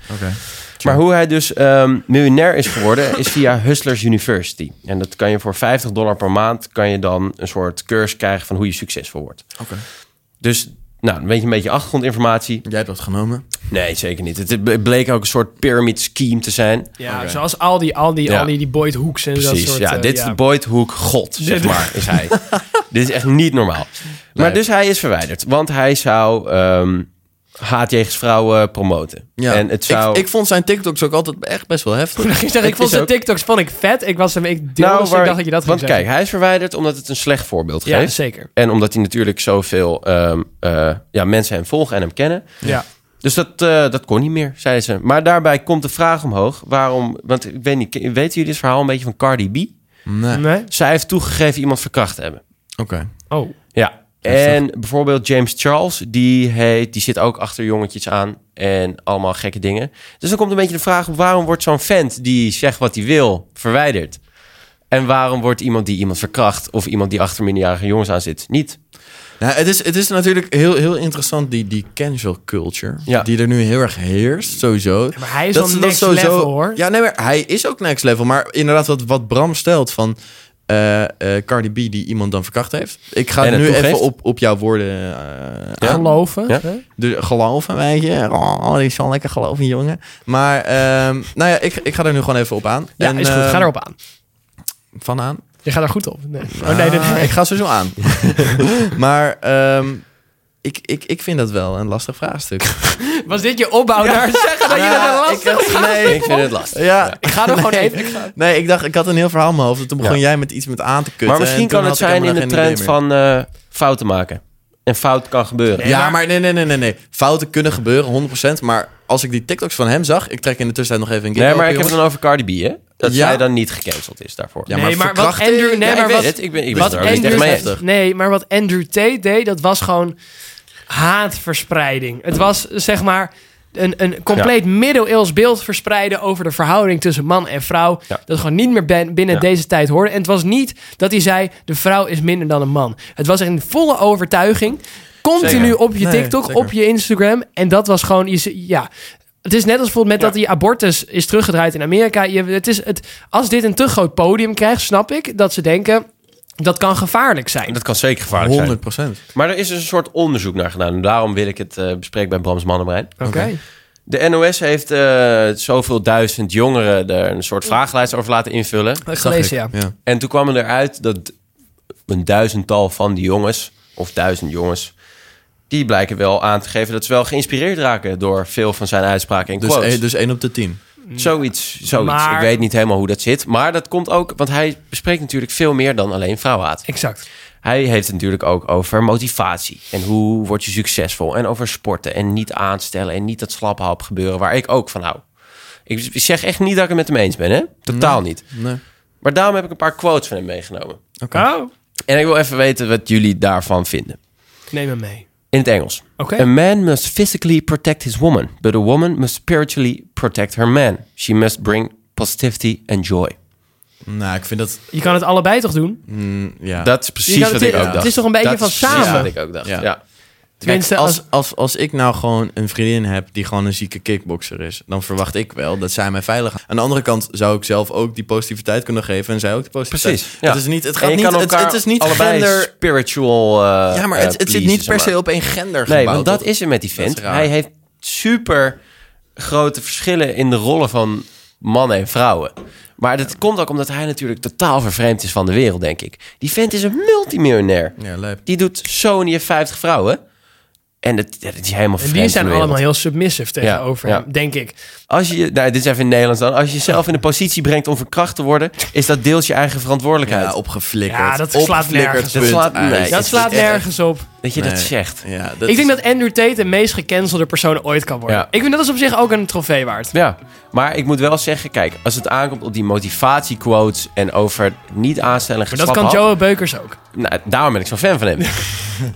Maar hoe hij dus ehm, miljonair is geworden, is via Hustlers University. En dat kan je voor 50 dollar per maand, kan je dan een soort cursus krijgen van hoe je succesvol wordt.
Oké.
Dus, nou, een beetje, een beetje achtergrondinformatie.
Jij hebt dat genomen.
Nee, zeker niet. Het bleek ook een soort pyramid scheme te zijn.
Ja, zoals al die, al die,
Ja.
al die, die Boyd Hoeks en
Precies,
dat soort...
ja.
eh,
dit is de Boyd Hoek God, zeg maar, is hij. dit is echt niet normaal. Maar dus hij is verwijderd, want hij zou ehm haat jegens vrouwen promoten.
Ja.
En het zou...
ik, ik vond zijn TikToks ook altijd echt best wel heftig.
Ik zeg, ik
Het
vond
is
zijn
ook-
Tiktoks vond ik vet. Ik was hem, ik deelde ze, ik
Nou, waar-
dacht dat je dat ging
Want
zeggen.
kijk, hij is verwijderd omdat het een slecht voorbeeld
ja,
geeft.
zeker.
En omdat hij natuurlijk zoveel ehm, eh, ja, mensen hem volgen en hem kennen.
Ja.
Dus dat, eh, dat kon niet meer, zeiden ze. Maar daarbij komt de vraag omhoog waarom... Want ik weet niet, weten jullie dit verhaal een beetje van Cardi B?
Nee. Oké.
Nee?
Zij heeft toegegeven iemand verkracht te hebben.
Oh.
Ja. En bijvoorbeeld James Charles, die, heet, die zit ook achter jongetjes aan en allemaal gekke dingen. Dus dan komt een beetje de vraag op waarom wordt zo'n vent die zegt wat hij wil verwijderd? En waarom wordt iemand die iemand verkracht of iemand die achter minderjarige jongens aan zit niet?
Nou, het, is, het is natuurlijk heel, heel interessant, die, die cancel culture.
Ja.
Die er nu heel erg heerst, sowieso.
Maar hij is wel next level, hoor.
Ja, nee, maar hij is ook next level. Maar inderdaad, wat, wat Bram stelt van eh, eh, Cardi B die iemand dan verkracht heeft. Ik ga
En het
nu
toegeeft.
even op, op jouw woorden eh, aan.
Geloven.
Ja.
hè?
Dus geloven, weet je. Oh, die is wel lekker geloven, jongen. Maar ehm, nou ja, ik, ik ga er nu gewoon even op aan.
Ja,
En,
is goed. Ga
eh,
ehm,
erop aan.
Van aan.
Je gaat er goed op. Nee. Oh, nee, nee,
Ah,
nee.
Ik ga sowieso aan. maar ehm, ik, ik, ik vind dat wel een lastig vraagstuk.
Was dit je opbouw naar zeggen dat je dat
Ja,
wel
ik dacht, nee,
Ik vind het lastig.
Ja,
Ik ga er gewoon even.
nee, ik dacht, ik had een heel verhaal in mijn hoofd. en Toen begon
Ja.
jij met iets met aan te kutten.
maar misschien
en toen
kan het
had ik
zijn in
helemaal
de
geen
trend
idee
van eh, fouten maken. En fout kan gebeuren.
meer. ja, maar nee, nee, nee, nee, nee. Fouten kunnen gebeuren, 100%. Maar als ik die TikToks van hem zag, ik trek in de tussentijd nog even een keer.
Nee, maar ik heb het dan over Cardi B, hè? Dat
Ja.
zij dan niet gecanceld is daarvoor.
Ja,
Ik
Nee, maar wat
verkrachting-
Andrew... Nee,
Ja, ik
maar
weet
wat,
het. Ik ben, ik ben
wat
het er ook niet
Andrew-
echt mee eens.
heftig.
Nee, maar wat Andrew Tate deed, dat was gewoon haatverspreiding. Het was zeg maar een, een compleet middeleeuws beeld verspreiden over de verhouding tussen man en vrouw.
Ja.
Dat gewoon niet meer ben- binnen
Ja.
deze tijd hoorde. En het was niet dat hij zei: de vrouw is minder dan een man. Het was een volle overtuiging. Continu
Zeker.
op je
Nee,
TikTok,
zeker.
op je Instagram. En dat was gewoon. je z- Ja. Het is net als bijvoorbeeld met dat die abortus is teruggedraaid in Amerika. Je, het is het, als dit een te groot podium krijgt, snap ik dat ze denken dat kan gevaarlijk zijn.
Dat kan zeker gevaarlijk zijn.
100%.
Maar er is dus een soort onderzoek naar gedaan. En daarom wil ik het eh, bespreken bij Brams Mannenbrein.
Oké.
De NOS heeft eh, zoveel duizend jongeren er een soort vragenlijst over laten invullen.
Heb ik gelezen, ja.
Ja.
En toen kwam eruit dat een duizendtal van die jongens, of duizend jongens, die blijken wel aan te geven dat ze wel geïnspireerd raken door veel van zijn uitspraken en
Dus,
quotes.
één- dus 1 op de 10.
Zoiets, zoiets.
Maar-
Ik weet niet helemaal hoe dat zit. Maar dat komt ook, want hij bespreekt natuurlijk veel meer dan alleen vrouwenhaat.
Exact.
Hij heeft het natuurlijk ook over motivatie. En hoe word je succesvol. En over sporten. En niet aanstellen. En niet dat slaphap gebeuren waar ik ook van hou. Ik zeg echt niet dat ik het met hem eens ben, hè? Totaal niet.
Nee.
Maar daarom heb ik een paar quotes van hem meegenomen.
Oh.
En ik wil even weten wat jullie daarvan vinden.
Neem hem mee.
In het Engels.
Oké.
A man must physically protect his woman, but a woman must spiritually protect her man. She must bring positivity and joy.
Nou, ik vind dat...
Je kan het allebei toch doen?
mm, ja.
Dat is
Je
precies
kan-
wat
het-
ik ook
het
dacht.
is toch een beetje
Dat
van
is precies
samen?
wat ik ook dacht.
Ja.
Ja.
Tenminste,
als,
als,
als, als ik nou gewoon een vriendin heb die gewoon een zieke kickboxer is, dan verwacht ik wel dat zij mij veilig houdt. Aan de andere kant zou ik zelf ook die positiviteit kunnen geven en zij ook de positiviteit.
Precies. Ja.
Het is niet, het gaat
En je
niet,
kan
het,
elkaar
het is niet
allebei
gender.
spiritual. eh,
Ja, maar
eh,
het, het zit
pleasen,
niet
zeg
per se
maar.
op één gender
Nee,
gebouwd.
want dat
toch?
is er met die
Dat is
vent.
raar.
Hij heeft super grote verschillen in de rollen van mannen en vrouwen. Maar dat komt ook omdat hij natuurlijk totaal vervreemd is van de wereld, denk ik. Die vent is een multimiljonair.
Ja, leuk.
Die doet Sony 50 vrouwen. En dat, dat is helemaal
en
vervreemd
die
van
zijn
de wereld.
allemaal heel submissive tegenover
ja.
hem, denk ik.
Als je, nou, dit is even in het Nederlands dan. Als je jezelf in de positie brengt om verkracht te worden... is dat deels je eigen verantwoordelijkheid.
Ja, opgeflikkerd.
Ja, dat slaat
Opgeflikkerd
nergens
op.
punt
Dat slaat-
uit.
dus- nee.
Dat
is
slaat
echt-
nergens op.
dat je dat
Nee.
zegt.
Ja, dat
Ik
is-
denk dat Andrew Tate de meest gecancelde persoon ooit kan worden.
Ja.
Ik vind dat is op zich ook een trofee waard.
Ja, maar ik moet wel zeggen, kijk, als het aankomt op die motivatiequotes en over niet aanstellen
Maar dat kan Joe Beukers ook.
Nou, daarom ben ik zo'n fan van hem.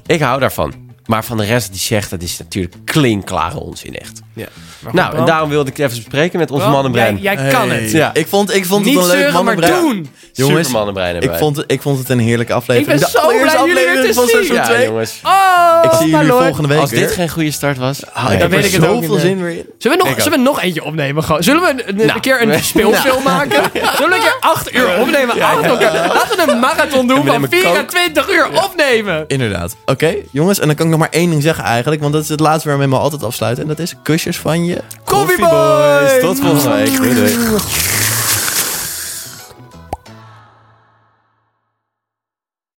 ik hou daarvan. Maar van de rest die zegt, dat is natuurlijk klinkklare onzin echt.
Maar goed,
nou, en
Bram.
daarom wilde ik het even bespreken met ons
Bram,
mannenbrein.
Jij, jij
Hey.
kan het.
Ja.
Ik vond, ik vond
Niet
het een leuk
zeuren, maar
mannenbrein.
doen!
Jongens,
Supermannenbrein hebben
ik
wij.
vond, het, ik vond het een heerlijke aflevering.
Ik ben
De
zo
allereerste
blij jullie weer te
aflevering van
zien.
seizoen
Ja,
twee.
jongens.
Oh,
Ik zie jullie
Lord.
volgende week
Als dit
weer.
geen goede start was...
Ah, ik
Dan
heb
weet
er
ik het ook
zoveel
niet meer.
zin weer in.
Zullen we, nog,
Ik ook.
zullen we nog eentje opnemen? Gewoon? Zullen we een, een
Nou.
keer een speelfilm maken? Zullen we een keer acht uur opnemen? Acht elkaar. Laten we een marathon doen van
nemen coke.
24 uur opnemen.
Inderdaad. Oké, jongens. En dan kan ik nog maar één ding zeggen eigenlijk. Want dat is het laatste waarmee we altijd afsluiten. En dat is kusjes van je.
Coffee Boys!
Tot volgende week. Doei, doei.